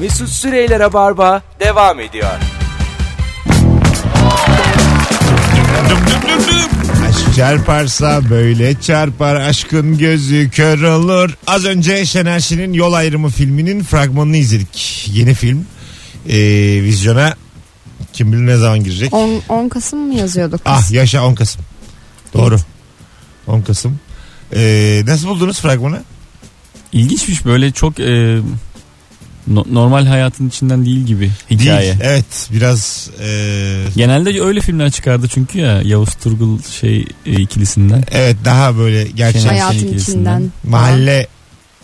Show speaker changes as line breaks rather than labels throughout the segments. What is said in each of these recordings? Mesut Süreyler'e barba devam ediyor.
Aşk çarparsa böyle çarpar aşkın gözü kör olur. Az önce Şener Şen'in Yol Ayrımı filminin fragmanını izledik. Yeni film ee, vizyona kim bilir ne zaman girecek.
10, 10 Kasım mı yazıyorduk biz?
Ah yaşa 10 Kasım. Doğru. 10 Kasım. Ee, nasıl buldunuz fragmanı?
İlginçmiş böyle çok e, no- normal hayatın içinden değil gibi hikaye.
Değil. Evet biraz ee,
Genelde öyle filmler çıkardı çünkü ya Yavuz Turgul şey e, ikilisinden.
evet daha böyle gerçek
Şener-
Hayatın
Şenlik
içinden.
ilgisinden.
mahalle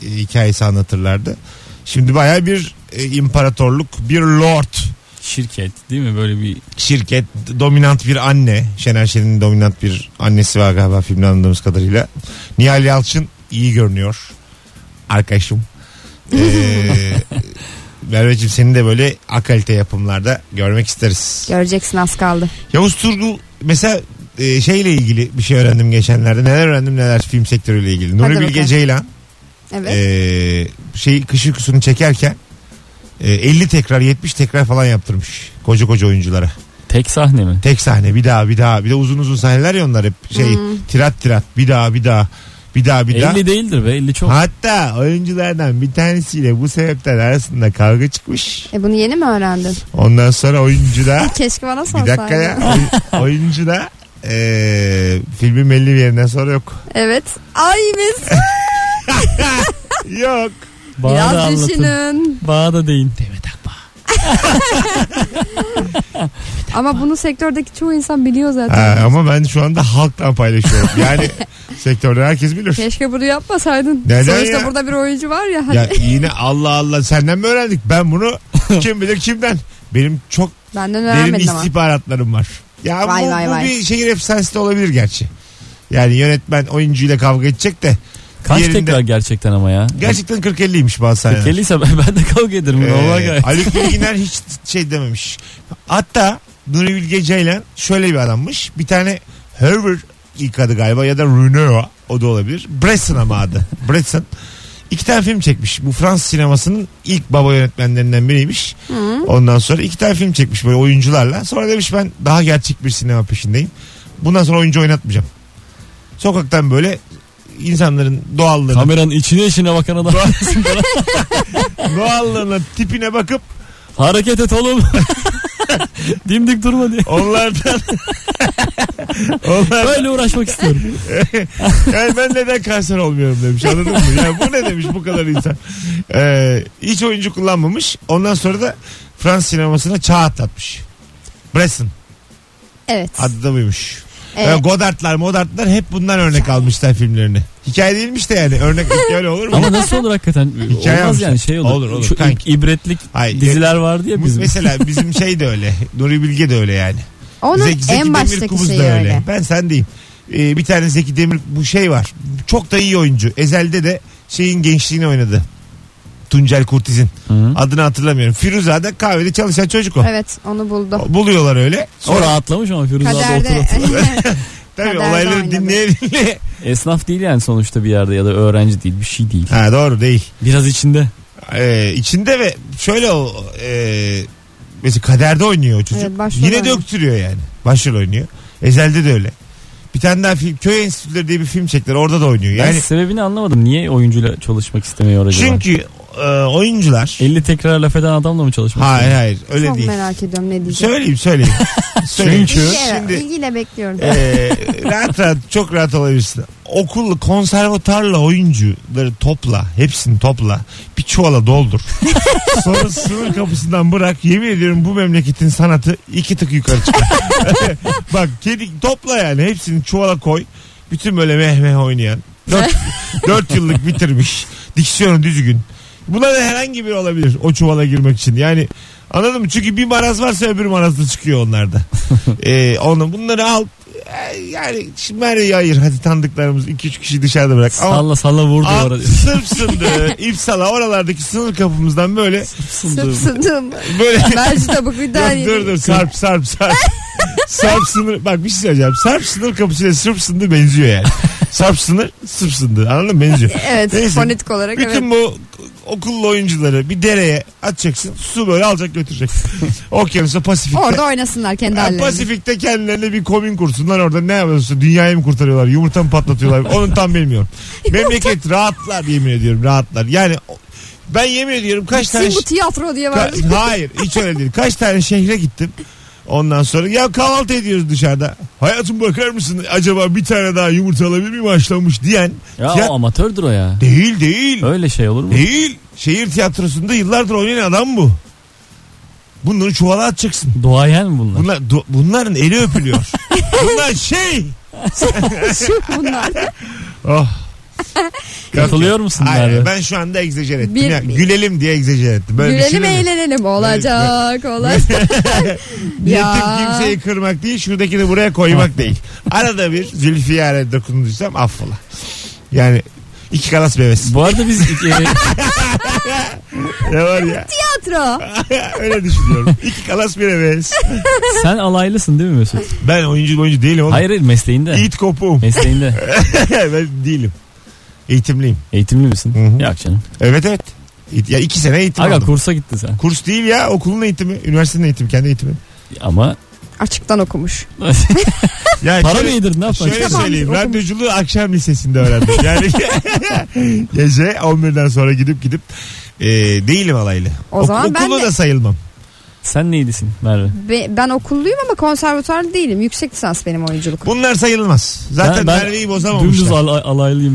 e, hikayesi anlatırlardı. Şimdi baya bir e, imparatorluk, bir lord
Şirket değil mi böyle bir
şirket dominant bir anne. Şener Şen'in dominant bir annesi var galiba filmden anladığımız kadarıyla. Nihal Yalçın iyi görünüyor. Arkadaşım. Ee, Merveciğim seni de böyle akalite yapımlarda görmek isteriz.
Göreceksin az kaldı.
Yavuz Turgul mesela e, şeyle ilgili bir şey öğrendim geçenlerde. Neler öğrendim neler film sektörüyle ilgili. Nuri
Hadi
Bilge
bakalım.
Ceylan
Evet.
e, şey kış uykusunu çekerken e, 50 tekrar 70 tekrar falan yaptırmış koca koca oyunculara.
tek sahne mi?
Tek sahne bir daha bir daha bir de uzun uzun sahneler ya onlar hep şey tirat tirat bir daha bir daha bir daha bir daha.
50 değildir be 50 çok.
Hatta oyunculardan bir tanesiyle bu sebepten arasında kavga çıkmış.
E bunu yeni mi öğrendin?
Ondan sonra oyuncu da
Keşke bana sorsaydın.
bir dakika ya oy- oyuncu da e, filmin belli bir yerinden sonra yok.
Evet. Ay Mesut
Yok.
Bana da
biraz
anlatın.
düşünün.
Bana da deyin.
Ama bunu sektördeki çoğu insan biliyor zaten.
Ha, ama ben şu anda halktan paylaşıyorum. Yani sektörde herkes bilir.
Keşke bunu yapmasaydın.
Neden
Sonuçta
ya?
burada bir oyuncu var ya. Hani.
Ya yine Allah Allah senden mi öğrendik? Ben bunu kim bilir kimden? Benim çok
Benden
derin
öğrenmedim ama.
istihbaratlarım var. Ya
Vay
bu,
vay
bu
vay.
bir şehir efsanesi de olabilir gerçi. Yani yönetmen oyuncuyla kavga edecek de
Kaç
Diğerinde-
tekrar gerçekten ama ya?
gerçekten 40-50'ymiş bazı sahneler.
40 ise ben, ben de kavga ederim.
Ee,
Normal gayet.
Ali Bilginer hiç şey dememiş. Hatta Nuri Bilge Ceylan şöyle bir adammış. Bir tane Herbert ilk adı galiba ya da Runeau o da olabilir. Bresson ama adı. Bresson. İki tane film çekmiş. Bu Fransız sinemasının ilk baba yönetmenlerinden biriymiş. Ondan sonra iki tane film çekmiş böyle oyuncularla. Sonra demiş ben daha gerçek bir sinema peşindeyim. Bundan sonra oyuncu oynatmayacağım. Sokaktan böyle insanların doğallığını,
Kameranın içine içine bakan adam.
doğallığına, tipine bakıp
Hareket et oğlum. Dimdik durma diye.
Onlardan Onlar
Böyle uğraşmak istiyorum.
yani ben neden kanser olmuyorum demiş anladın mı? Yani bu ne demiş bu kadar insan. Ee, hiç oyuncu kullanmamış. Ondan sonra da Fransız sinemasına çağ atlatmış. Bresson
Evet. E,
adı da buymuş.
Evet.
Yani Godard'lar, Modard'lar hep bundan örnek almışlar filmlerini. Hikaye değilmiş de yani örnek hikaye olur mu?
Ama nasıl olur hakikaten?
Hikaye
Olmaz
almışlar.
yani şey olur.
Olur, olur,
Şu
kanki.
ibretlik
Hayır.
diziler vardı ya
Bu-
bizim.
Mesela bizim şey de öyle. Nuri Bilge de öyle yani.
Onun
Zeki, Zeki
en baştaki
Demirkubuz
şeyi
da
öyle.
öyle. Ben sendeyim. Ee, bir tane Zeki Demir bu şey var. Çok da iyi oyuncu. Ezel'de de şeyin gençliğini oynadı. Tuncel Kurtiz'in.
Hı.
Adını hatırlamıyorum. Firuza'da kahvede çalışan çocuk o.
Evet onu buldu.
Buluyorlar öyle.
O
Sonra
rahatlamış ama Firuze abla otur
Kaderde.
otur.
tabii
kaderde
olayları
oynadı.
dinleye dinleye.
Esnaf değil yani sonuçta bir yerde ya da öğrenci değil bir şey değil.
ha doğru değil.
Biraz içinde.
Ee, içinde ve şöyle o e, mesela kaderde oynuyor o çocuk.
Evet, başrol
Yine de
oynuyor.
öktürüyor yani. Başrol oynuyor. Ezel'de de öyle. Bir tane daha film, Köy Enstitüleri diye bir film çektiler. Orada da oynuyor.
Yani,
Yani
sebebini anlamadım. Niye oyuncuyla çalışmak istemiyor acaba?
Çünkü e, oyuncular
50 tekrar laf eden adamla mı çalışmak
hayır
istiyor?
hayır öyle
Çok
değil.
merak ediyorum ne diyecek.
Söyleyeyim söyleyeyim. söyleyeyim.
Çünkü-
İlgiyle-
şimdi
ilgiyle bekliyorum.
e, rahat rahat çok rahat olabilirsin. Okul konservatuarla oyuncuları topla hepsini topla bir çuvala doldur. Sonra sınır kapısından bırak yemin ediyorum bu memleketin sanatı iki tık yukarı çıkar. Bak kedi topla yani hepsini çuvala koy. Bütün böyle mehmeh oynayan. 4, yıllık bitirmiş. Diksiyonu düzgün. Buna da herhangi biri olabilir o çuvala girmek için. Yani anladın mı? Çünkü bir maraz varsa öbür maraz da çıkıyor onlarda. ee, onu, bunları al. Ee, Yani şimdi Merve'yi ayır. Hadi tanıdıklarımız 2-3 kişi dışarıda bırak. Ama
Salla salla vur
al,
duvara.
sırp sındığı, ipsala oralardaki sınır kapımızdan böyle
Sıpsıdım.
böyle
Merci tabuk bir daha
Dur, dur
yiyeyim.
dur sarp sarp sarp. sarp sınır bak bir şey söyleyeceğim. Sarp sınır kapısıyla sırp sınır benziyor yani. sarp sınır sırp sınır anladın mı benziyor.
Evet
Neyse.
fonetik olarak
Bütün
evet.
bu okullu oyuncuları bir dereye atacaksın. Su böyle alacak götürecek. Okyanusa Pasifik'te.
Orada oynasınlar kendi
Ha,
hallerinde.
Pasifik'te kendilerine bir komün kursunlar orada ne yapıyorsun dünyayı mı kurtarıyorlar yumurta mı patlatıyorlar onu tam bilmiyorum. Memleket rahatlar yemin ediyorum rahatlar yani o- ben yemin ediyorum kaç tane
Sin bu tiyatro diye var.
Ka- hayır hiç öyle değil. Kaç tane şehre gittim. Ondan sonra ya kahvaltı ediyoruz dışarıda. Hayatım bakar mısın acaba bir tane daha yumurta alabilir miyim haşlanmış diyen.
Ya
Tiyat-
o amatördür o ya.
Değil değil.
Öyle şey olur mu?
Değil. Şehir tiyatrosunda yıllardır oynayan adam bu. Bunları çuvala atacaksın.
Duayen mi bunlar?
Bunlar, du- bunların eli öpülüyor. Bunlar şey.
Şu bunlar.
Oh.
Katılıyor musun
Hayır,
Merve?
ben şu anda egzecer ettim.
Bir-
ya. Gülelim diye egzecer ettim. Böyle şey
Gülelim
düşünelim.
eğlenelim olacak olacak.
Niyetim
Ya.
kimseyi kırmak değil şuradakini buraya koymak değil. Arada bir zülfiyare dokunduysam affola. Yani iki kalas meyvesi.
Bu arada biz e,
Ne var ya?
tiyatro.
Öyle düşünüyorum. İki kalas bir heves.
sen alaylısın değil mi Mesut?
Ben oyuncu oyuncu değilim oğlum.
Hayır hayır mesleğinde.
Yiğit kopuğum.
Mesleğinde.
ben değilim. Eğitimliyim.
Eğitimli misin?
Hı hı.
Yok canım.
Evet evet. İ- Ya iki sene eğitim
Aga
aldım.
kursa gittin sen.
Kurs değil ya okulun eğitimi. Üniversitenin eğitimi kendi eğitimi.
Ama
Açıktan okumuş.
Ya
para mı
şöyle-
yedirdin ne yapacaksın?
Şöyle
Tamam,
söyleyeyim.
okumuş.
Radyoculuğu akşam lisesinde öğrendim. Yani gece 11'den sonra gidip gidip e, değilim alaylı.
O zaman ben
okulu
de-
da sayılmam.
Sen neydisin Merve?
Be- ben okulluyum ama konservatuar değilim. Yüksek lisans benim oyunculuk.
Bunlar sayılmaz. Zaten
Ben- ben
Merve'yi
Dümdüz
bozamamışlar.
al- alaylıyım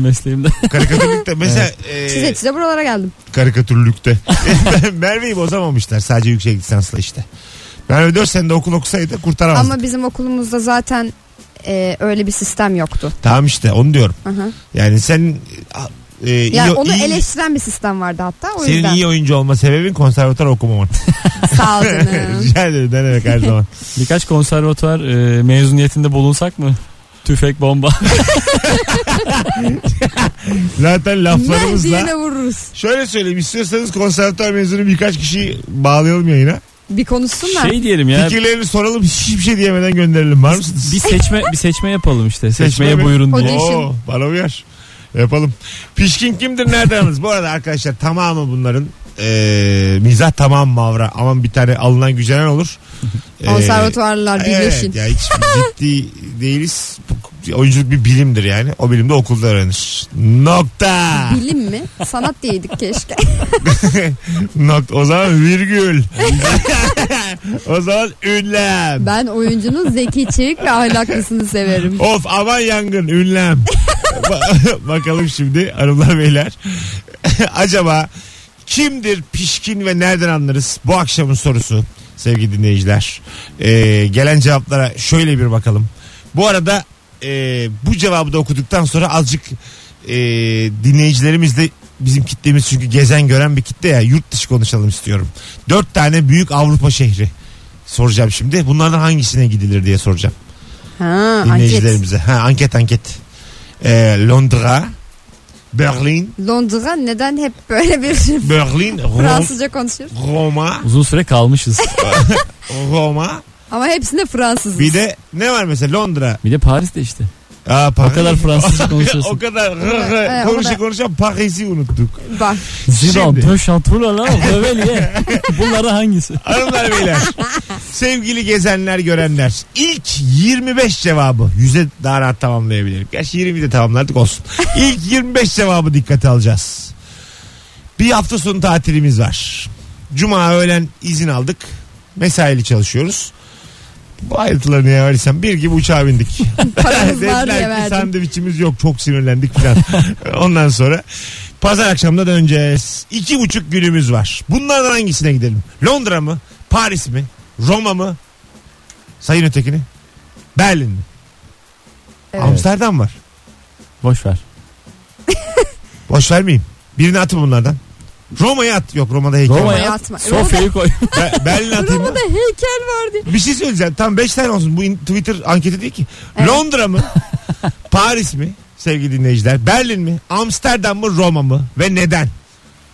mesleğimde.
Karikatürlükte mesela
Size
e,
size buralara geldim.
karikatürlükte Merve'yi bozamamışlar sadece yüksek lisansla işte. Merve 4 senede okul okusaydı kurtaramazdık.
Ama bizim okulumuzda zaten e, öyle bir sistem yoktu.
Tamam işte onu diyorum.
Hı hı.
Yani sen e, iyi,
Yani onu
iyi-
eleştiren bir sistem vardı hatta. O
senin
yüzden
iyi oyuncu olma sebebin konservatuar okumaman.
sağ ol canım.
Rica ederim ne demek her zaman.
Birkaç konservatuvar e, mezuniyetinde bulunsak mı? Tüfek bomba.
Zaten laflarımızla
Mehdi'ne vururuz.
Şöyle söyleyeyim istiyorsanız konservatuar mezunu birkaç kişi bağlayalım yayına.
Bir konuşsunlar.
şey diyelim ya.
Fikirlerini soralım hiçbir şey diyemeden gönderelim. Var mısınız?
Bir seçme bir seçme yapalım işte.
Seçme
Seçmeye
mi?
buyurun diye.
O Audition.
Oo, bana uyar. Yapalım. Pişkin kimdir nereden alırız? Bu arada arkadaşlar tamamı bunların eee mizah tamam mavra. Aman bir tane alınan gücenen olur. Eee,
Konservatuvarlar birleşin.
Ee, Evet ya hiç ciddi değiliz. Bu- Oyunculuk bir bilimdir yani. O bilimde okulda öğrenir. Nokta.
Bilim mi? Sanat diyeydik keşke.
Nokta. O zaman virgül. o zaman ünlem.
Ben oyuncunun zeki, çevik ve ahlaklısını severim.
Of aman yangın ünlem. Ba- Bakalım şimdi hanımlar beyler. Acaba kimdir pişkin ve nereden anlarız? Bu akşamın sorusu sevgili dinleyiciler. Ee, gelen cevaplara şöyle bir bakalım. Bu arada e, bu cevabı da okuduktan sonra azıcık e, dinleyicilerimiz de bizim kitlemiz çünkü gezen gören bir kitle ya yurt dışı konuşalım istiyorum. Dört tane büyük Avrupa şehri soracağım şimdi. Bunlardan hangisine gidilir diye soracağım
Ha, anket.
dinleyicilerimize. Ha, anket anket. Ee, Londra, Berlin,
Londra neden hep böyle bir
Berlin, Ro-
Fransızca konuşuyor?
Roma,
Uzun süre kalmışız.
Roma.
Ama hepsinde Fransız.
Bir de ne var mesela Londra.
Bir de Paris'te işte.
Aa,
O
Paris.
kadar Fransızca
o
konuşuyorsun.
kadar
Evet,
rı- rı-
evet,
konuşa
o da-
konuşa Paris'i unuttuk.
Bak.
Zidane,
Şimdi.
Deux Châteaux, La Revelye. Bunlara hangisi?
Hanımlar beyler. Sevgili gezenler görenler. ilk 25 cevabı. Yüze daha rahat tamamlayabilirim. Gerçi 20 de tamamladık olsun. İlk 25 cevabı dikkate alacağız. Bir hafta sonu tatilimiz var. Cuma öğlen izin aldık. Mesaili çalışıyoruz. Bu ayrıntıları niye verirsem bir gibi uçağa bindik.
Paramız var diye
Dediler ki
verdim.
sandviçimiz yok çok sinirlendik falan. Ondan sonra pazar akşamına döneceğiz. İki buçuk günümüz var. Bunlardan hangisine gidelim? Londra mı? Paris mi? Roma mı? Sayın ötekini. Berlin mi?
Evet.
Amsterdam var.
Boş ver.
Boş vermeyeyim. Birini atın bunlardan. Roma'ya at. Yok Roma'da heykel
Roma
var.
Roma'ya
yat.
atma.
Sofya'yı koy.
Be- Berlin atayım.
Roma'da heykel var diye.
Bir şey söyleyeceğim. Tam 5 tane olsun. Bu in- Twitter anketi değil ki.
Evet.
Londra mı? Paris mi? Sevgili dinleyiciler. Berlin mi? Amsterdam mı? Roma mı? Ve neden?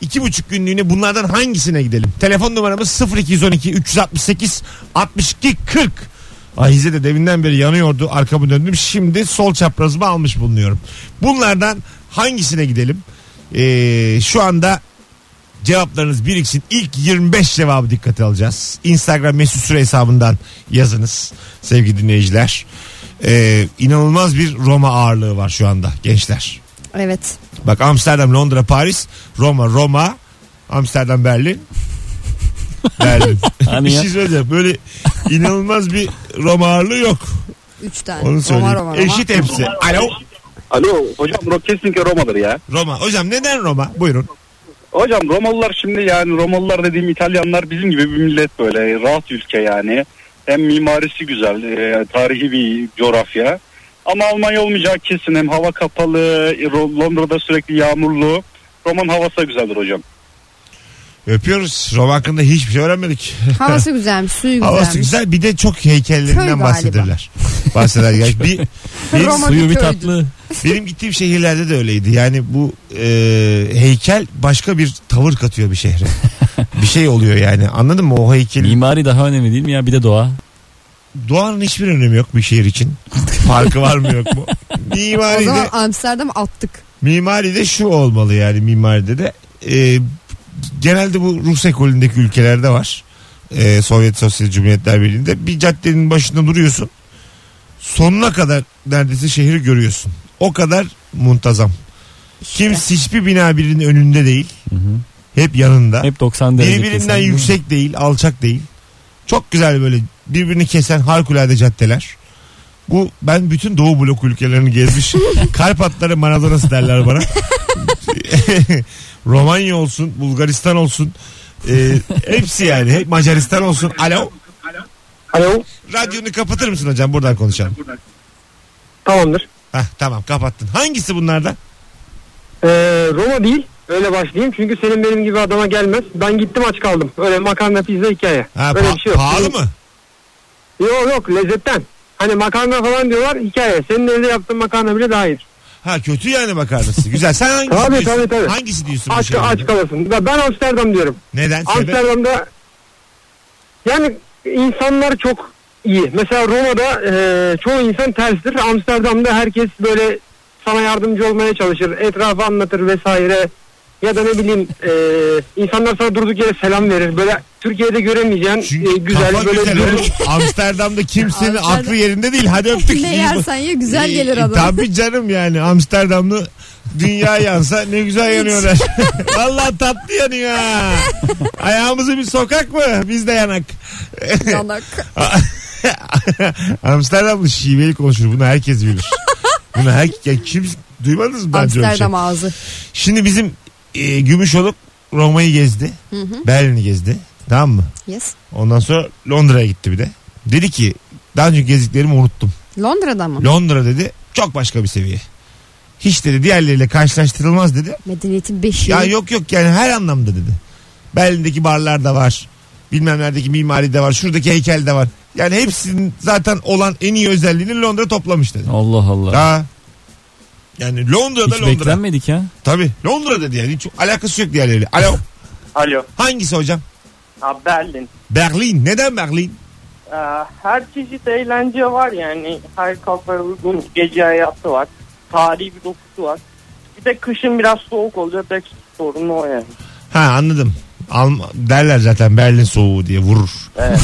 İki buçuk günlüğüne bunlardan hangisine gidelim? Telefon numaramız 0212 368 62 40. Ahize de deminden beri yanıyordu. Arkamı döndüm. Şimdi sol çaprazımı almış bulunuyorum. Bunlardan hangisine gidelim? Ee, şu anda Cevaplarınız biriksin. İlk 25 cevabı dikkate alacağız. Instagram mesut süre hesabından yazınız sevgili dinleyiciler. Ee, inanılmaz bir Roma ağırlığı var şu anda gençler.
Evet.
Bak Amsterdam, Londra, Paris, Roma, Roma, Amsterdam, Berlin. Berlin.
Hani
bir
ya?
şey söyleyeceğim. Böyle inanılmaz bir Roma ağırlığı yok.
Üç tane.
Onu söyleyeyim.
Roma, Roma, Roma.
Eşit hepsi. Alo.
Alo hocam Roma kesinlikle Roma'dır ya.
Roma. Hocam neden Roma? Buyurun.
Hocam Romalılar şimdi yani Romalılar dediğim İtalyanlar bizim gibi bir millet böyle rahat ülke yani. Hem mimarisi güzel, e, tarihi bir coğrafya. Ama Almanya olmayacak kesin. Hem hava kapalı, e, Ro- Londra'da sürekli yağmurlu. Roman havası da güzeldir hocam.
Öpüyoruz. Roma hakkında hiçbir şey öğrenmedik.
Havası güzelmiş, suyu güzelmiş.
Havası güzel. Bir de çok heykellerinden
Köy galiba.
bahsederler. Bahseder. Yani bir, bir,
Roma
Suyu bir
köydü.
tatlı.
benim gittiğim şehirlerde de öyleydi. Yani bu e, heykel başka bir tavır katıyor bir şehre. bir şey oluyor yani. Anladın mı? O heykelin
Mimari daha önemli değil mi ya? Bir de doğa.
Doğanın hiçbir önemi yok bir şehir için. Parkı var mı yok mu?
O
Mimari de,
zaman Amsterdam attık.
mimari de şu olmalı yani mimaride de. Ee, genelde bu Rus ekolündeki ülkelerde var. Ee, Sovyet Sosyal Cumhuriyetler Birliği'nde. Bir caddenin başında duruyorsun. Sonuna kadar neredeyse şehri görüyorsun. O kadar muntazam. Kimse hiçbir bina birinin önünde değil.
hı.
Hep yanında.
Hep 90 derece.
Birbirinden
kesen.
yüksek değil, alçak değil. Çok güzel böyle birbirini kesen harikulade caddeler. Bu ben bütün Doğu blok ülkelerini gezmiş. Karpatları Maradona'sı derler bana. Romanya olsun, Bulgaristan olsun. Ee, hepsi yani. Hep Macaristan olsun. Alo.
Alo
Radyonu kapatır mısın hocam? Buradan konuşalım.
tamamdır.
Hah, tamam kapattın. Hangisi bunlardan?
Ee, Roma değil öyle başlayayım çünkü senin benim gibi adama gelmez. Ben gittim aç kaldım. Öyle makarna pizza hikaye.
Ha,
öyle
pa-
bir şey yok.
pahalı mı?
Yok yok lezzetten. Hani makarna falan diyorlar hikaye. Senin evde yaptığın makarna bile daha iyidir.
Ha kötü yani makarnası. Güzel. Sen hangisi
Tabii,
diyorsun?
tabii, tabii.
Hangisi diyorsun? bu
Aç,
şeylerden?
aç kalasın. Ben ben Amsterdam diyorum.
Neden? Sebep?
Amsterdam'da yani insanlar çok iyi. Mesela Roma'da e, çoğu insan terstir. Amsterdam'da herkes böyle sana yardımcı olmaya çalışır. Etrafı anlatır vesaire. Ya da ne bileyim e, insanlar sana durduk yere selam verir. Böyle Türkiye'de göremeyeceğin
Çünkü
e, güzel
kafa
böyle
güzel
dürüst-
oğlum. Amsterdam'da kimsenin
Amsterdam-
aklı yerinde değil. Hadi öptük.
Ne yersen ye güzel gelir adam.
Tabii canım yani Amsterdamlı dünya yansa ne güzel yanıyorlar. Vallahi tatlı yanıyor ha. Ayağımızı bir sokak mı? Biz de yanak.
Yanak.
Amsterdamlı şiveli konuşur. Bunu herkes bilir. Bunu her, ya kim duymadınız mı? daha önce öyle şey?
Amsterdam ağzı.
Şimdi bizim e, Gümüşoluk Roma'yı gezdi. Berlin'i gezdi. Tamam mı?
Yes.
Ondan sonra Londra'ya gitti bir de. Dedi ki daha önce gezdiklerimi unuttum.
Londra'da mı?
Londra dedi çok başka bir seviye. Hiç dedi diğerleriyle karşılaştırılmaz dedi.
Medeniyetin beşiği.
Ya yok yok yani her anlamda dedi. Berlin'deki barlar da var. Bilmem neredeki mimari de var. Şuradaki heykel de var. Yani hepsinin zaten olan en iyi özelliğini Londra toplamış dedi.
Allah Allah.
Ha. Yani Londra'da
Hiç
Londra.
beklenmedik ya.
Tabii Londra dedi yani. Hiç alakası yok diğerleriyle. Alo.
Alo.
Hangisi hocam?
Ha, Berlin.
Berlin. Neden Berlin?
Ee, her çeşit eğlence var yani. Her kafaya uygun gece hayatı var. Tarihi bir dokusu var. Bir de kışın biraz soğuk olacak. Tek sorun o yani.
Ha anladım. Alm- derler zaten Berlin soğuğu diye vurur.
Evet.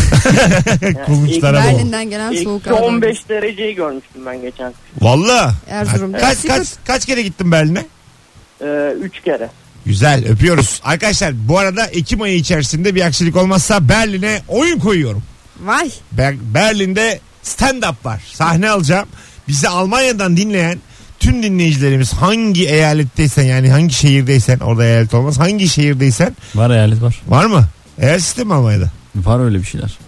Kulunçlara bol.
Berlin'den gelen
Eksi
soğuk havadan.
15 dereceyi görmüştüm ben geçen.
Valla.
Erzurum'da.
Kaç,
Eksi
kaç,
kırk.
kaç kere gittin Berlin'e?
3 Ee, kere.
Güzel öpüyoruz. Arkadaşlar bu arada Ekim ayı içerisinde bir aksilik olmazsa Berlin'e oyun koyuyorum.
Vay.
Ber- Berlin'de stand-up var. Sahne alacağım. Bizi Almanya'dan dinleyen tüm dinleyicilerimiz hangi eyaletteysen yani hangi şehirdeysen orada eyalet olmaz. Hangi şehirdeysen
Var eyalet var.
var mı? Eyalet sistemi Almanya'da.
Var öyle bir şeyler.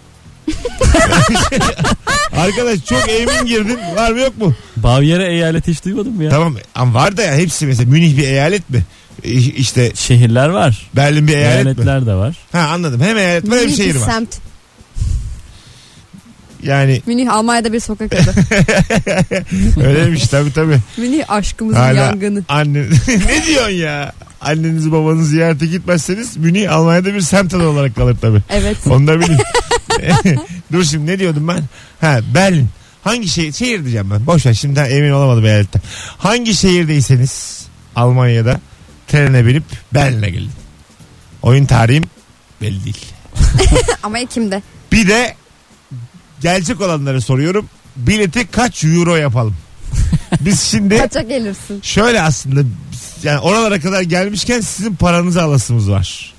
Arkadaş çok emin girdin. Var mı yok mu?
Bavyera eyaleti hiç duymadım mı ya?
Tamam ama var da ya hepsi mesela Münih bir eyalet mi? E, İşte
Şehirler var.
Berlin bir eyalet mi?
Eyaletler de var.
Ha anladım. Hem eyalet var hem
Münih
şehir
bir
var.
semt.
Yani
Münih Almanya'da bir sokak adı.
öyleymiş tabii tabii.
Münih aşkımızın
Hala
yangını.
anne ne diyorsun ya? Annenizi babanızı ziyarete gitmezseniz Münih Almanya'da bir semt adı olarak kalır tabii.
Evet.
Onu da bilin. Dur şimdi ne diyordum ben? Ha Berlin. Hangi şehir? Şehir diyeceğim ben. Boş ver şimdi daha emin olamadım eyaletten. Hangi şehirdeyseniz Almanya'da trene binip Berlin'e gelin. Oyun tarihim belli değil.
Ama Ekim'de.
Bir de gelecek olanlara soruyorum. Bileti kaç euro yapalım? Biz şimdi
Kaça gelirsin?
şöyle aslında biz- yani oralara kadar gelmişken sizin paranızı alasımız var.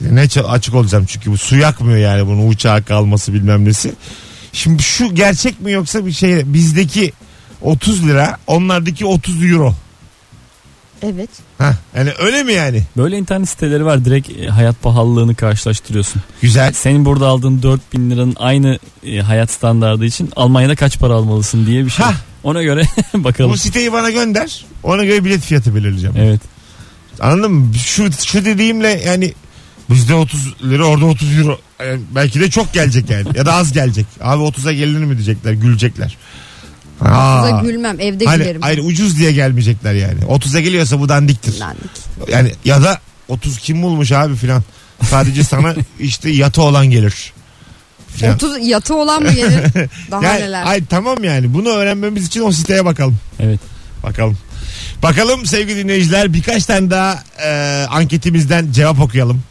Ne ça- açık olacağım çünkü bu su yakmıyor yani bunun uçağa kalması bilmem nesi. Şimdi şu gerçek mi yoksa bir şey bizdeki 30 lira onlardaki 30 euro.
Evet.
Hah, yani öyle mi yani?
Böyle internet siteleri var direkt e, hayat pahalılığını karşılaştırıyorsun.
Güzel.
Senin burada aldığın 4000 liranın aynı e, hayat standardı için Almanya'da kaç para almalısın diye bir şey.
Hah.
Ona göre bakalım.
Bu siteyi bana gönder. Ona göre bilet fiyatı belirleyeceğim.
Evet.
Anladın mı? Şu, şu dediğimle yani bizde 30 lira orada 30 euro. Yani belki de çok gelecek yani. ya da az gelecek. Abi 30'a gelinir mi diyecekler. Gülecekler.
Kıza
Aa.
gülmem evde
Hani,
gülerim.
hayır ucuz diye gelmeyecekler yani. 30'a geliyorsa bu dandiktir.
Landik.
Yani ya da 30 kim bulmuş abi filan. Sadece sana işte yatı olan gelir. Filan.
30 yatı olan mı gelir? Daha
Yani,
neler.
ay tamam yani bunu öğrenmemiz için o siteye bakalım.
Evet.
Bakalım. Bakalım sevgili dinleyiciler birkaç tane daha e, anketimizden cevap okuyalım.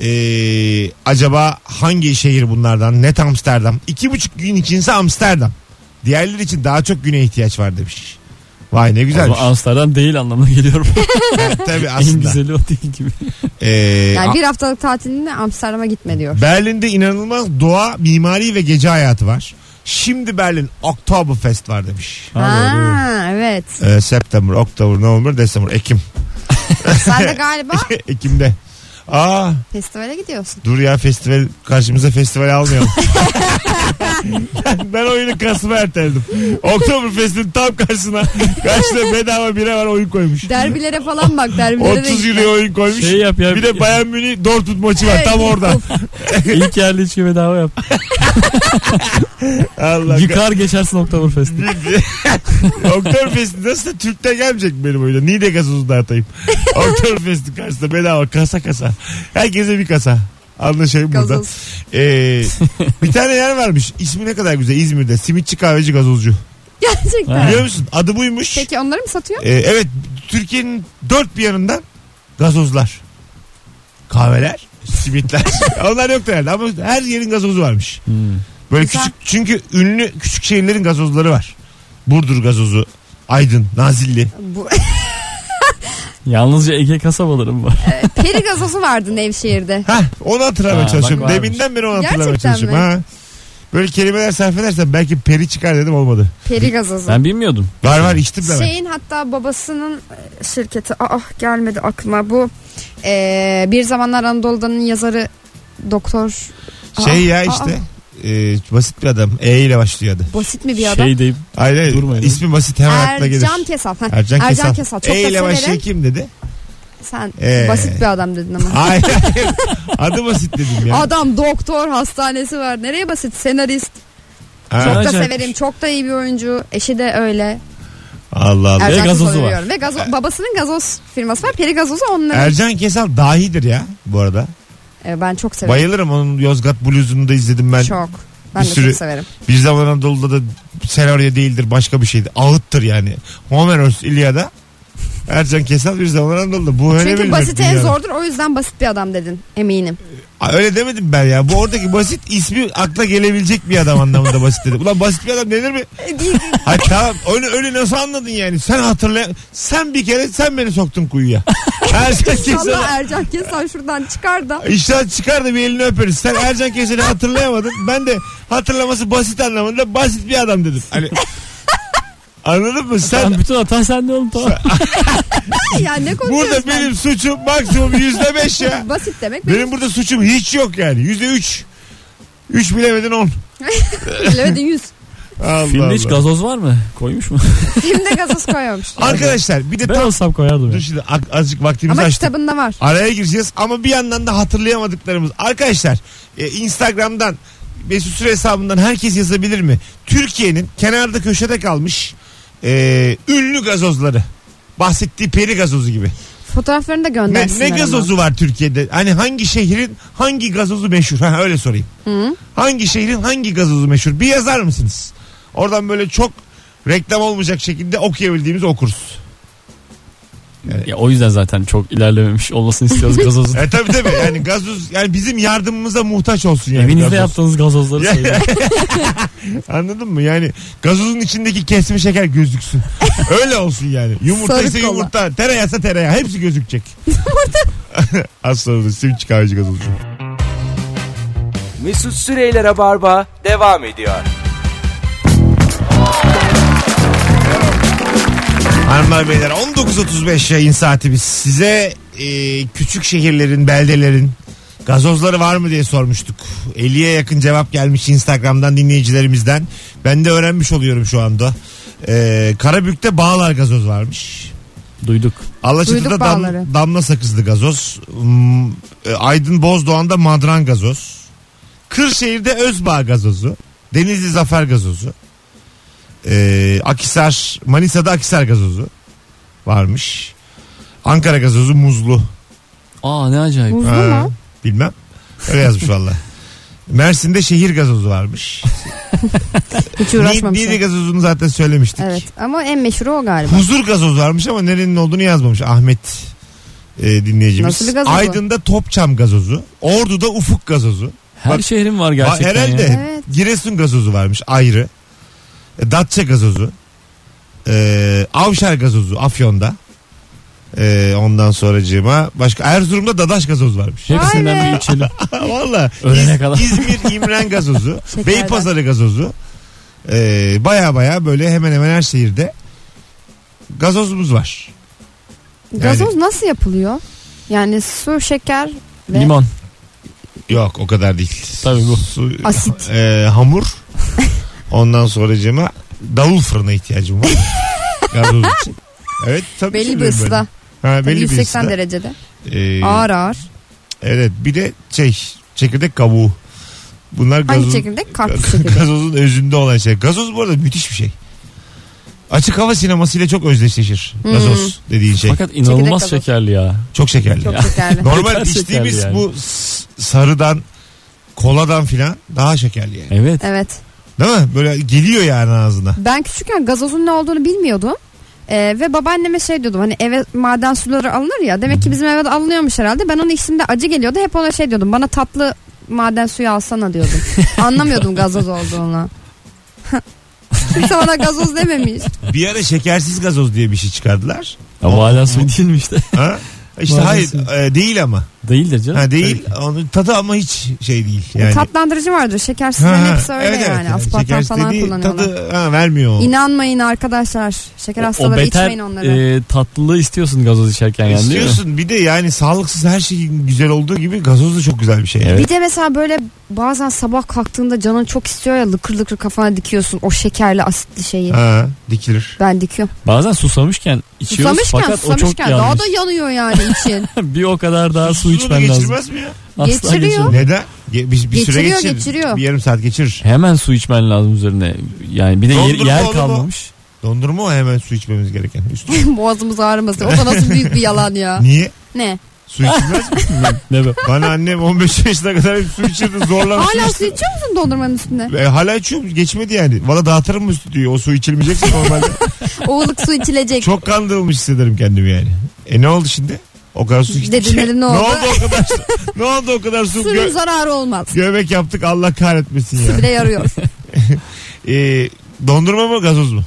E, acaba hangi şehir bunlardan? Net Amsterdam. İki buçuk gün içinse Amsterdam. Diğerleri için daha çok güne ihtiyaç var demiş. Vay ne güzel.
Ama Amsterdam değil anlamına geliyorum.
Tabii
en
aslında.
güzeli o değil gibi.
E,
Yani bir haftalık tatilinde Amsterdam'a gitme diyor.
Berlin'de inanılmaz doğa, mimari ve gece hayatı var. Şimdi Berlin Oktoberfest var demiş.
Ha evet.
E, September, Oktober, November, December, Ekim.
Sen de galiba
Ekim'de. Aa
festivale gidiyorsun.
Dur ya festival karşımıza festival almayalım. ben oyunu Kasım'a erteledim. Oktoberfest'in tam karşısına karşıda bedava bire var oyun koymuş.
Derbilere falan bak derbilere
30
de gitme.
euro oyun koymuş.
Şey yap ya.
bir de Bayern Münih Dortmund maçı var tam orada.
İlk yerli içki bedava yap.
Allah
Yıkar geçersin Oktoberfest.
Oktoberfest'i nasıl da Türk'ten gelmeyecek benim oyuna. Niğde gazozunu dağıtayım. Oktoberfest'in karşısında bedava kasa kasa. Herkese bir kasa. Anlaşayım burada.
Gazoz.
Ee, bir tane yer varmış. İsmi ne kadar güzel İzmir'de. Simitçi kahveci gazozcu.
Gerçekten.
Ha.
Biliyor musun? Adı buymuş.
Peki onları mı satıyor?
Ee, evet Türkiye'nin dört bir yanından gazozlar. Kahveler, simitler. Onlar yok herhalde ama her yerin gazozu varmış.
Hmm.
Böyle
Güzel.
küçük çünkü ünlü küçük şehirlerin gazozları var. Burdur gazozu, Aydın, Nazilli.
Bu,
Yalnızca Ege kasabalarım var.
peri gazosu vardı Nevşehir'de.
Heh, onu hatırlamaya
Ha,
çalışıyorum.
bak varmış.
Deminden beri onu hatırlamaya
Gerçekten
çalışıyorum.
mi?
Ha. Böyle kelimeler sarf edersen belki peri çıkar dedim olmadı.
Peri gazosu.
Ben bilmiyordum.
Var var içtim de ben.
Şeyin hatta babasının e, şirketi ah gelmedi aklıma bu e, bir zamanlar Anadolu'danın yazarı doktor Aa,
Şey ya
aa,
işte e, basit bir adam. E ile başlıyor adı.
basit mi bir adam?
Şey deyip
Hayır hayır.
Durmayın.
İsmi basit hemen aklına gelir.
Ercan Kesal. Ha,
Ercan, Kesal.
Çok
e ile
da
başlıyor
severim.
kim dedi?
Sen
Ee.
basit bir adam dedin ama.
Hayır hayır. Adı basit dedim ya.
Adam doktor hastanesi var. Nereye basit? Senarist.
Ha.
Çok da
Acayip.
severim. Çok da iyi bir oyuncu. Eşi de öyle.
Allah Allah.
Ercan
gazozu
Kesal'ı
var.
övüyorum. Ve gazo-
Ee,
babasının gazoz firması var. Peri gazozu onların.
Ercan Kesal dahidir ya bu arada. Er
Ee, ben çok severim.
Bayılırım onun Yozgat Blues'unu da izledim ben.
çok. Ben
bir
de
sürü-
çok severim.
Bir zaman Anadolu'da da senaryo değildir başka bir şeydi. Ağıttır yani. Homeros İlyada. Ercan Kesal bir zaman Anadolu'da. Bu öyle
E Çünkü
bilinir
basit en
dünyada.
zordur. O yüzden basit bir adam dedin. Eminim.
Aa, Öyle demedim ben ya. Bu oradaki basit ismi akla gelebilecek bir adam anlamında basit dedim. Ulan basit bir adam denir mi? Hayır tamam öyle, öyle nasıl anladın yani? Sen hatırla sen bir kere sen beni soktun kuyuya. şey Ercan
İnşallah
Kesel'i
Ercan Kesal şuradan çıkar da.
İşte çıkar da bir elini öperiz. Sen Ercan Kesel'i hatırlayamadın. Ben de hatırlaması basit anlamında basit bir adam dedim. Hani Anladın mı?
Sen
Sen
bütün hata sende oğlum tamam.
ya ne konuşuyorsun?
burada
sen?
benim şey- suçum maksimum yüzde beş ya.
Basit demek benim,
Benim burada suçum hiç yok yani. Yüzde üç. Üç bilemedin on.
bilemedin yüz.
Allah
Filmde hiç
Allah.
gazoz var mı? Koymuş mu?
Filmde gazoz koymamış.
Arkadaşlar bir de
ben
tam...
olsam koyardım.
Dur
ya.
şimdi ak- azıcık vaktimizi
Ama
açtık.
kitabında var.
Araya gireceğiz ama bir yandan da hatırlayamadıklarımız. Arkadaşlar e, Instagram'dan Mesut Süre hesabından herkes yazabilir mi? Türkiye'nin kenarda köşede kalmış e, ünlü gazozları. Bahsettiği peri gazozu gibi.
Fotoğraflarını da
Ne,
göndersinler
ne
ama.
gazozu var Türkiye'de? Hani hangi şehrin hangi gazozu meşhur? Ha, öyle sorayım.
Hı.
Hangi şehrin hangi gazozu meşhur? Bir yazar mısınız? Oradan böyle çok reklam olmayacak şekilde okuyabildiğimizi okuruz.
Ya o yüzden zaten çok ilerlememiş olmasını istiyoruz gazozun.
E tabii tabii yani gazoz yani bizim yardımımıza muhtaç olsun yani.
Evinizde
gazoz.
yaptığınız gazozları
Ya.
sayın.
Anladın mı? Yani gazozun içindeki kesme şeker gözüksün. Öyle olsun yani. Yumurta
Sarı
ise
kola.
yumurta, tereyağsa tereyağı hepsi gözükecek. Az sonra da simçi kahveci gazozcu.
Mesut Süreyler'e barba devam ediyor.
Hanımlar beyler 19.35 yayın saati biz size e, küçük şehirlerin beldelerin gazozları var mı diye sormuştuk. 50'ye yakın cevap gelmiş Instagram'dan dinleyicilerimizden. Ben de öğrenmiş oluyorum şu anda. E, Karabük'te Bağlar gazoz varmış.
Duyduk.
Alaçatı'da
Duyduk
dam,
Bağlar'ı.
damla sakızlı gazoz. Hmm, e, Aydın Bozdoğan'da madran gazoz. Kırşehir'de Özbağ gazozu. Denizli Zafer gazozu. E, Akisar, Manisa'da Akisar gazozu varmış. Ankara gazozu muzlu.
Aa ne acayip.
Muzlu
Ha,
mu?
bilmem. Öyle yazmış valla. Mersin'de şehir gazozu varmış.
Hiç
Ni-
uğraşmamışlar.
Niğde gazozunu zaten söylemiştik.
Evet ama en meşhuru o galiba.
Huzur gazoz varmış ama nerenin olduğunu yazmamış Ahmet e, dinleyicimiz.
Nasıl bir gazoz o?
Aydın'da Topçam gazozu, Ordu'da Ufuk gazozu.
Her
Bak-
şehrin var
Ha,
gerçekten
herhalde
ya.
Evet.
Giresun gazozu varmış ayrı. E, Datça gazozu. E, Avşar gazozu Afyon'da. E, ondan sonracığıma başka Erzurum'da Dadaş gazozu varmış.
Hepsinden
Vay be.
bir içelim.
Valla.
Ölene kadar.
İzmir İmren gazozu.
Şekerden.
Beypazarı gazozu. Ee, baya baya böyle hemen hemen her şehirde gazozumuz var.
Gazoz nasıl yapılıyor? Yani su, şeker ve
Limon.
Yok o kadar değil.
Tabii bu.
Su,
asit.
e, hamur. Ondan sonracığıma davul fırına ihtiyacım var. Gazoz için. Evet tabii.
Belli bir
söylüyorum böyle.
ısıda.
Ha,
Tabii
belli bir
180
ısıda.
derecede.
Ee,
Ağır ağır.
Evet bir de şey çekirdek kabuğu. Bunlar
Hangi
gazoz,
çekirdek? Karpuz çekirdeği.
Gazozun özünde olan şey. Gazoz bu arada müthiş bir şey. Açık hava sinemasıyla çok özdeşleşir.
Hmm.
Gazoz dediğin şey.
Fakat inanılmaz
gazoz.
şekerli ya.
çok şekerli.
Çok şekerli.
Normal
Şeker
içtiğimiz
şekerli yani.
bu s- sarıdan koladan filan daha şekerli yani.
Evet.
Evet.
Değil mi? Böyle geliyor yani ağzına.
Ben küçükken gazozun ne olduğunu bilmiyordum. Ee, ve babaanneme şey diyordum hani eve maden suları alınır ya demek ki bizim eve de alınıyormuş herhalde ben onu içtiğimde acı geliyordu hep ona şey diyordum bana tatlı maden suyu alsana diyordum anlamıyordum gazoz olduğunu kimse bana gazoz dememiş
Bir ara şekersiz gazoz diye bir şey çıkardılar.
Ya bu hala su değil mi işte?
Ha? İşte
Bazen
hayır
şey.
e, değil ama.
Değildir canım.
Ha, değil. Onun tadı ama hiç şey değil. Yani.
tatlandırıcı vardır şekersizlerin
Ha, ha.
hepsi öyle
Evet, evet.
yani aspartam
Şekersiz
falan
dediği
kullanıyorlar
Tadı ha, vermiyor.
İnanmayın arkadaşlar şeker
O- O
hastaları
beter
içmeyin onları
e, tatlılığı istiyorsun gazoz içerken yani değil mi?
İstiyorsun bir de yani sağlıksız her şeyin güzel olduğu gibi gazoz da çok güzel bir şey. yani.
Evet.
Bir de mesela böyle bazen sabah kalktığında canın çok istiyor ya lıkır lıkır kafana dikiyorsun o şekerli asitli şeyi.
Ha, dikilir.
Ben dikiyorum.
Bazen susamışken içiyoruz
Susamışken
fakat o çok
susamışken daha
yanlış.
da yanıyor yani için.
bir o kadar daha su
Susuzluğu
içmen lazım.
geçirmez mi ya?
Asla
Geçiriyor.
geçirmez.
Neden? Ge- bir, bir süre
Geçiriyor,
geçirir.
geçiriyor.
Bir yarım saat geçirir.
Hemen su içmen lazım üzerine. Yani bir de yer,
Dondurma
yer
olur mu?
kalmamış.
Dondurma o hemen su içmemiz gereken. Üstüne.
Boğazımız ağrımasın. O da nasıl büyük bir yalan ya.
Niye?
Ne?
Su içilmez mi?
ne be?
Bana annem 15 yaşına kadar hep su içirdi zorlamış.
Hala su içiyor musun dondurmanın üstüne?
E, hala içiyorum geçmedi yani. Valla dağıtırım mı stüdyoyu o su içilmeyecekse normalde.
Oğluk su içilecek.
Çok kandırılmış hissederim kendimi yani. E ne oldu şimdi? O kadar su içtik.
Dedin dedin, ne
Ne
oldu?
oldu o kadar su? ne oldu o kadar su?
Suyun
Gö-
zararı olmaz.
göbek yaptık Allah kahretmesin ya.
Su bile yarıyor.
E, dondurma mı gazoz mu?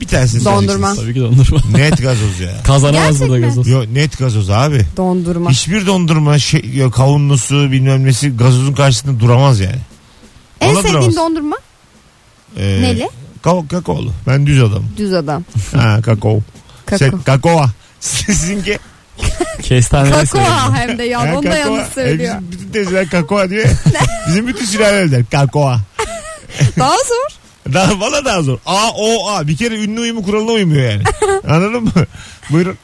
Bir tanesini
Dondurma.
Tabii ki dondurma.
söyleyeceksiniz. Net gazoz ya.
Kazanamaz bu da
Gerçek mi?
gazoz.
Yo, net gazoz abi.
Dondurma.
Hiçbir dondurma şey, yo, kavunlusu bilmem nesi gazozun karşısında duramaz yani.
En
Ona
sevdiğin
duramaz.
dondurma
Ee,
neli?
Ka- kakaolu. Ben düz adamım.
Düz adam.
Ha kakao.
Kakao.
Sen, kakao. Sizinki.
Kestane
Kakao hem de ya.
Ha,
Onu da
kakao.
yanlış söylüyor.
E, bizim bütün teyzeler kakao diyor. bizim bütün sülaleler der kakao.
Daha zor.
Daha, valla daha zor. A, O, A. Bir kere ünlü uyumu kuralına uymuyor yani. Anladın mı? Buyurun.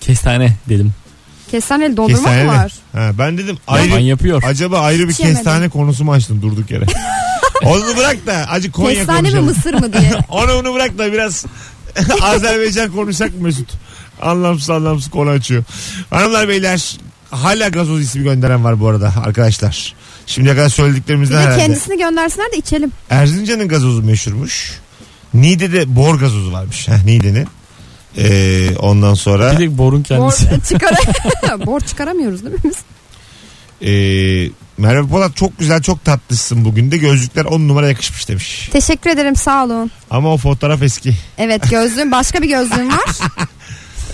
Kestane dedim.
Kestaneli dondurma
Kestane
mı
mi?
var?
Ha, ben dedim
Yaman
ayrı,
yapıyor.
acaba ayrı bir
Hiç yemedim.
kestane konusu mu açtın durduk yere? Onu bırak da acı Konya
Kestane mi
konuşalım.
mısır mı diye.
Onu onu bırak da biraz Azerbaycan konuşsak mı Mesut? Anlamsız anlamsız konu açıyor. Hanımlar beyler hala gazoz ismi gönderen var bu arada arkadaşlar. Şimdiye kadar
Bir
söylediklerimizden
de
herhalde.
kendisini göndersinler de içelim.
Erzincan'ın gazozu meşhurmuş. Niğde'de bor gazozu varmış. Heh, Niğde'nin. Ee, ondan sonra
Bir de borun kendisi.
Bor, çıkara- Bor çıkaramıyoruz değil mi biz?
ee, Merve Polat çok güzel çok tatlısın bugün de gözlükler 10 numara yakışmış demiş.
Teşekkür ederim sağ olun.
Ama o fotoğraf eski.
Evet gözlüğüm başka bir gözlüğüm var.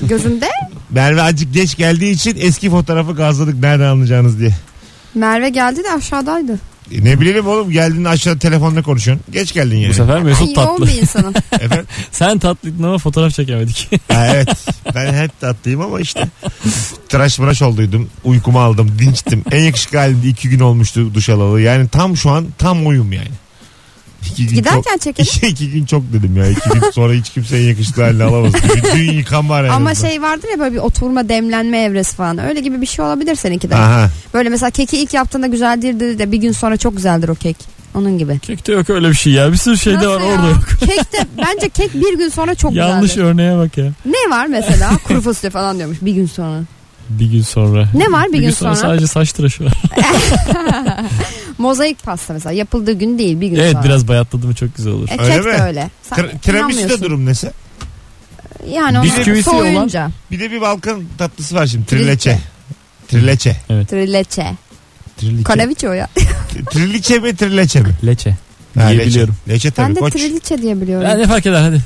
Gözümde
Merve acık geç geldiği için eski fotoğrafı gazladık nereden anlayacağınız diye.
Merve geldi de aşağıdaydı.
E, ne bileyim oğlum geldiğinde aşağıda telefonla konuşuyorsun. Geç geldin yani.
Bu sefer
Ben
Mesut
yoğun
tatlı.
bir insanım.
Efendim?
Sen tatlıydın ama fotoğraf çekemedik.
Ha, evet ben hep tatlıyım ama işte tıraş mıraş olduydum. Uykumu aldım dinçtim. En yakışıklı halimde iki gün olmuştu duş alalı. Yani tam şu an tam uyum yani. İki gün çok-
Giderken çekelim.
İki, iki gün çok dedim ya. İki gün sonra hiç kimse en yakışıklı halini alamaz. Bütün yıkan var en
Ama
azından.
şey vardır ya böyle bir oturma demlenme evresi falan. Öyle gibi bir şey olabilir seninki de.
Aha.
Böyle mesela keki ilk yaptığında güzeldir dedi de bir gün sonra çok güzeldir o kek. Onun gibi.
Kekte yok öyle bir şey ya. Bir sürü şey de
Nasıl
var
ya?
orada yok.
Kek de bence kek bir gün sonra çok
Yanlış
güzeldir.
örneğe bak ya.
Ne var mesela? Kuru fasulye falan diyormuş bir gün sonra.
Bir gün sonra.
Ne var bir gün sonra?
sadece saç tıraşı var.
Mozaik pasta mesela yapıldığı gün değil bir gün
evet
sonra.
biraz bayatladı mı çok güzel olur.
E, kek
Öyle
de
mi?
öyle. Sen
Tra- Tiramisu'da
inanmıyorsun.
durum nese?
Yani onu
Bisküvisi olan-
soğuyunca.
Bir de bir Balkan tatlısı var şimdi. Trileçe.
Trileçe.
Trileçe.
Trileçe.
Trileçe.
Kanaviçe o ya.
Trileçe mi trileçe mi?
E-
Leçe.
Ha, leçe.
Yiyebiliyorum.
Leçe
Ben
tabii
de
koç.
triliçe diye biliyorum.
Ya ne fark eder hadi.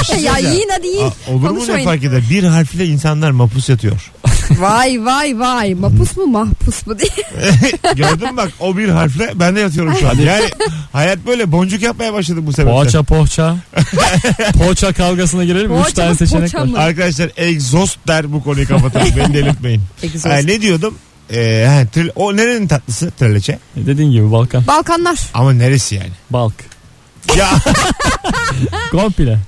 Bir şey
ya
söyleyeceğim.
yiyin hadi yiyin.
Aa, olur mu ne
Konuşmayın.
fark eder? Bir harfle insanlar mapus yatıyor.
Vay vay vay. Mapus mu mahpus mu diye.
Gördün mü bak o bir harfle ben de yatıyorum şu an. Yani hayat böyle boncuk yapmaya başladı bu sebeple.
Poğaça poğaça. poğaça kavgasına girelim.
Poğaça
Üç tane
mı,
seçenek
poğaça
var.
mı?
Arkadaşlar egzoz der bu konuyu kapatalım. Beni delirtmeyin.
Egzoz.
Ha, ne diyordum? Ee, ha, tril- o nerenin tatlısı? Trileçe.
E, Dediğin gibi Balkan.
Balkanlar.
Ama neresi yani?
Balk.
Ya
Komple.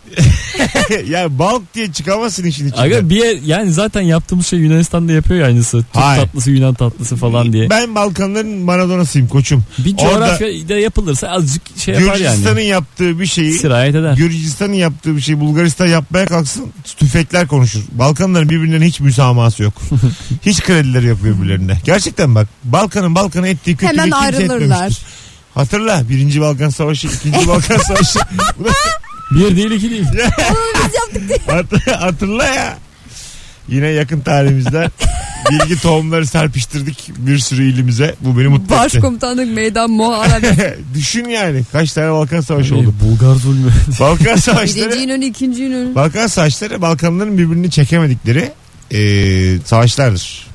ya balk diye çıkamazsın işin içinden.
Aga bir yer- yani zaten yaptığımız şey Yunanistan'da yapıyor ya aynısı. Türk
Hayır.
tatlısı Yunan tatlısı falan diye.
Ben Balkanların Maradona'sıyım koçum.
bir
Orada-
coğrafya da yapılırsa azıcık şey yapar
Gürcistan'ın
yani.
yaptığı bir şeyi
Sirayet eder.
Gürcistan'ın yaptığı bir şeyi Bulgaristan yapmaya kalksın tüfekler konuşur. Balkanların birbirlerine hiç müsamahası yok. hiç kredileri yok birbirlerine. Gerçekten bak Balkan'ın Balkan'a ettiği kötülüğü
Hemen
kimse
ayrılırlar.
etmemiştir. Hatırla birinci Balkan Savaşı, ikinci Balkan Savaşı. Bunu
Bir değil iki değil.
hat- hatırla ya. Yine yakın tarihimizde bilgi tohumları serpiştirdik bir sürü ilimize. Bu beni mutlu etti.
Başkomutanlık meydan muharebe.
Düşün yani kaç tane Balkan Savaşı oldu.
Bulgar zulmü.
Balkan
Birinci
Savaşları
İnönü, ikinci İnönü.
Balkan Savaşları Balkanların birbirini çekemedikleri e, savaşlardır.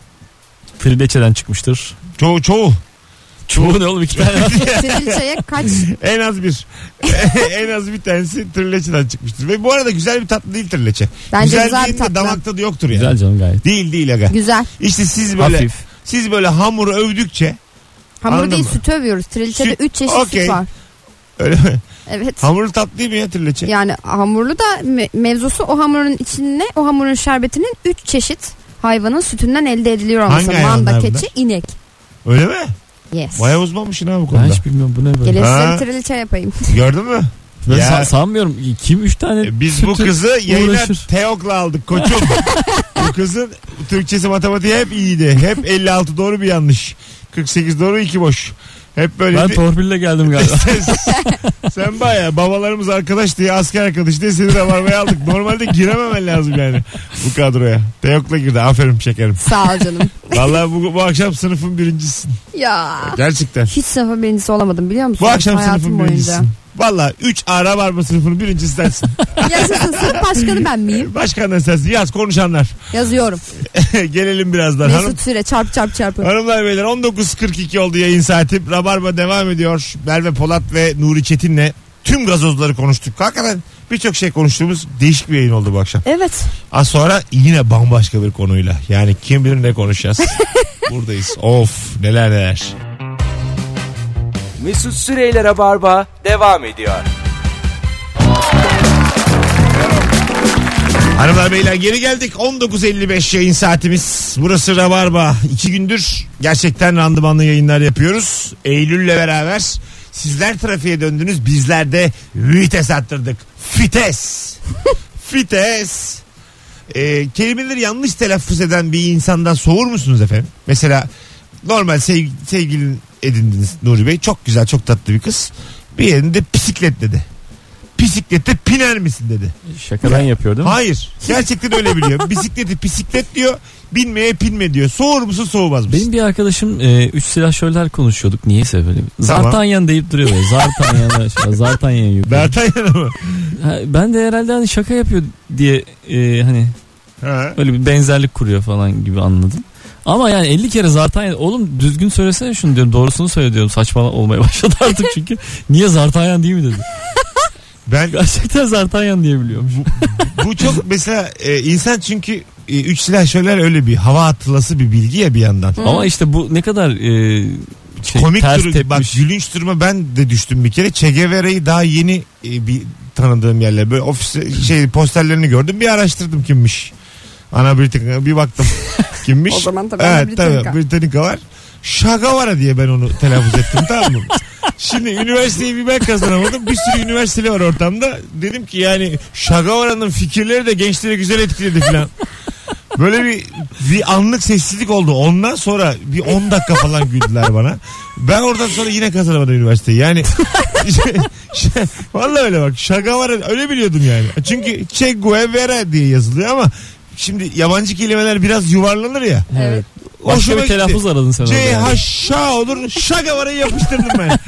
Trileçe'den çıkmıştır.
Çoğu çoğu.
Çoğu ne oğlum iki tane var.
Triliçeye kaç
En az bir. en az bir tanesi trileçeden çıkmıştır. Ve bu arada güzel bir tatlı değil trileçe.
Bence güzel bir
değil de
tatlı.
damakta da yoktur yani.
Güzel canım gayet.
Değil değil aga.
güzel.
İşte siz böyle
Hafif.
siz böyle hamuru övdükçe
Hamur
Anladın
değil
mı?
sütü övüyoruz. Triliçede
Süt-
3 çeşit
Okey.
süt var.
öyle mi?
Evet.
Hamuru tatlı değil mi ya trileçe?
Yani hamurlu da me- mevzusu o hamurun içine o hamurun şerbetinin 3 çeşit hayvanın sütünden elde ediliyor olması.
Hangi
Manda,
hayvanlar bunlar?
keçi, inek.
Öyle mi?
Yes.
Baya uzmanmışsın ha bu
Ben
konuda.
hiç bilmiyorum bu ne böyle.
Gelin
Ha.
size bir triliçe yapayım.
Gördün mü?
Ben
Ya.
sa- sanmıyorum. Kim üç tane
E, Biz bu
sütü-
kızı yayına
uğraşır.
Teok'la aldık koçum. bu kızın Türkçesi matematiği hep iyiydi. Hep 56 doğru bir yanlış. 48 doğru iki boş. Hep böyle
Ben torpille geldim galiba.
Sen baya babalarımız arkadaş diye asker arkadaş diye seni de varmaya aldık. Normalde girememen lazım yani bu kadroya. Teok'la girdi. Aferin şekerim.
Sağ ol canım.
Vallahi bu, bu akşam sınıfın birincisin.
ya.
Gerçekten.
Hiç sınıfın birincisi olamadım biliyor musun?
Bu akşam
Hayatım
sınıfın
boyunca.
birincisin. Valla 3 ara var mı sınıfının birincisi sensin.
Yaşasın sınıf başkanı ben miyim?
Başkandan sensin. Yaz konuşanlar.
Yazıyorum.
Gelelim birazdan. Hanım,
Mesut Süre çarp çarp çarpı.
Hanımlar beyler 19.42 oldu yayın saati. Rabarba devam ediyor. Merve Polat ve Nuri Çetin'le tüm gazozları konuştuk. Hakikaten birçok şey konuştuğumuz değişik bir yayın oldu bu akşam.
Evet.
Az sonra yine bambaşka bir konuyla. Yani kim bilir ne konuşacağız. Buradayız. Of neler neler.
Mesut Süreyler'e barba devam ediyor.
Hanımlar beyler geri geldik. 19.55 yayın saatimiz. Burası Rabarba. İki gündür gerçekten randımanlı yayınlar yapıyoruz. Eylül'le beraber sizler trafiğe döndünüz. Bizler de vites attırdık. Fites. Fites. Ee, kelimeleri yanlış telaffuz eden bir insandan soğur musunuz efendim? Mesela normal sev, sevgilin edindiniz Nuri Bey. Çok güzel çok tatlı bir kız. Bir yerinde bisiklet dedi. bisiklete piner misin dedi.
Şakadan yapıyor değil mi?
Hayır. Gerçekten öyle biliyor. Bisikleti bisiklet diyor. Binmeye pinme diyor. Soğur musun soğumaz mısın?
Benim bir arkadaşım e, üç silahşörler konuşuyorduk. Niyeyse böyle. Zartanyan deyip duruyor böyle. Zartanyan aşağı. Zartanyan yukarı.
D'Artagnan mı?
Ha, Ben de herhalde hani şaka yapıyor diye e, hani
Ha.
öyle bir benzerlik kuruyor falan gibi anladım. Ama yani 50 kere Zartanyan oğlum düzgün söylesene şunu diyorum doğrusunu söyle diyorum saçma olmaya başladı artık çünkü niye Zartanyan değil mi dedi.
Ben
Gerçekten Zartanyan diye biliyormuş.
bu çok mesela e, insan çünkü e, üç silah şöyle öyle bir hava atılası bir bilgi ya bir yandan.
Ama işte bu ne kadar e, şey,
Hmm. Komik
ters
duru- bak
tepmiş.
gülünç duruma ben de düştüm bir kere. Che Guevara'yı daha yeni e, bir tanıdığım yerler. Böyle ofis şey posterlerini gördüm. Bir araştırdım kimmiş. Ana Britannica bir baktım kimmiş.
O zaman tabii Ana Britannica.
tabii Britannica var. Şagavara diye ben onu telaffuz ettim tamam mı? Şimdi üniversiteyi bir ben kazanamadım. Bir sürü üniversiteli var ortamda. Dedim ki yani Şagavara'nın fikirleri de gençleri güzel etkiledi falan. Böyle bir bir anlık sessizlik oldu. Ondan sonra bir 10 dakika falan güldüler bana. Ben oradan sonra yine kazanamadım üniversiteyi. Yani şey, vallahi öyle bak. Şaka var öyle biliyordum yani. Çünkü Che Guevara diye yazılıyor ama şimdi yabancı kelimeler biraz yuvarlanır ya.
Evet.
Hoşuma
Başka bir
gitti.
telaffuz aradın sen. orada
C
yani.
H Ş olur. Şagavara'yı yapıştırdım ben.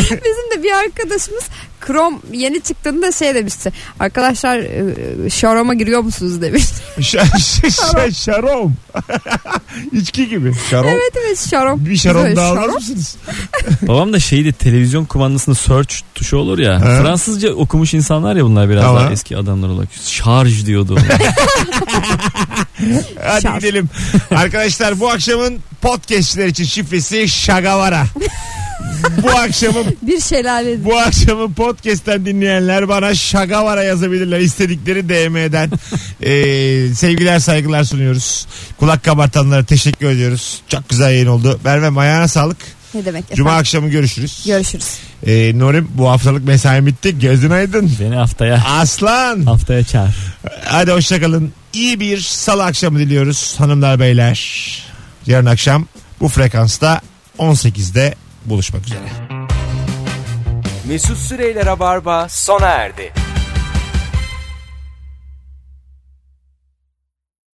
Bizim de bir arkadaşımız Chrome yeni çıktığında şey demişti. Arkadaşlar e, Şarom'a giriyor musunuz demiş.
Ş- ş- ş- Şarom. İçki gibi. Şarom.
evet evet Şarom.
Bir şarom
Böyle
daha alır
şarom.
mısınız?
Babam da şeydi televizyon kumandasında search tuşu olur ya.
He.
Fransızca okumuş insanlar ya bunlar biraz
Tamam.
daha eski adamlar olarak. Şarj diyordu.
Hadi
Şarj.
gidelim. Arkadaşlar bu akşamın podcastçiler için şifresi Şagavara. bu akşamın
Bir şelale.
bu akşamın podcast'ten dinleyenler bana Şagavara yazabilirler istedikleri DM'den. Ee, sevgiler saygılar sunuyoruz. Kulak kabartanlara teşekkür ediyoruz. Çok güzel yayın oldu. Merve ayağına sağlık.
Ne demek efendim?
Cuma akşamı görüşürüz.
Görüşürüz.
Ee, Norim bu haftalık mesai bitti. Gözün aydın.
Beni haftaya
Aslan.
haftaya çağır.
Hadi hoşçakalın. İyi bir salı akşamı diliyoruz hanımlar beyler. Yarın akşam bu frekansta 18'de buluşmak üzere.
Mesut Süreyler'e barba sona erdi.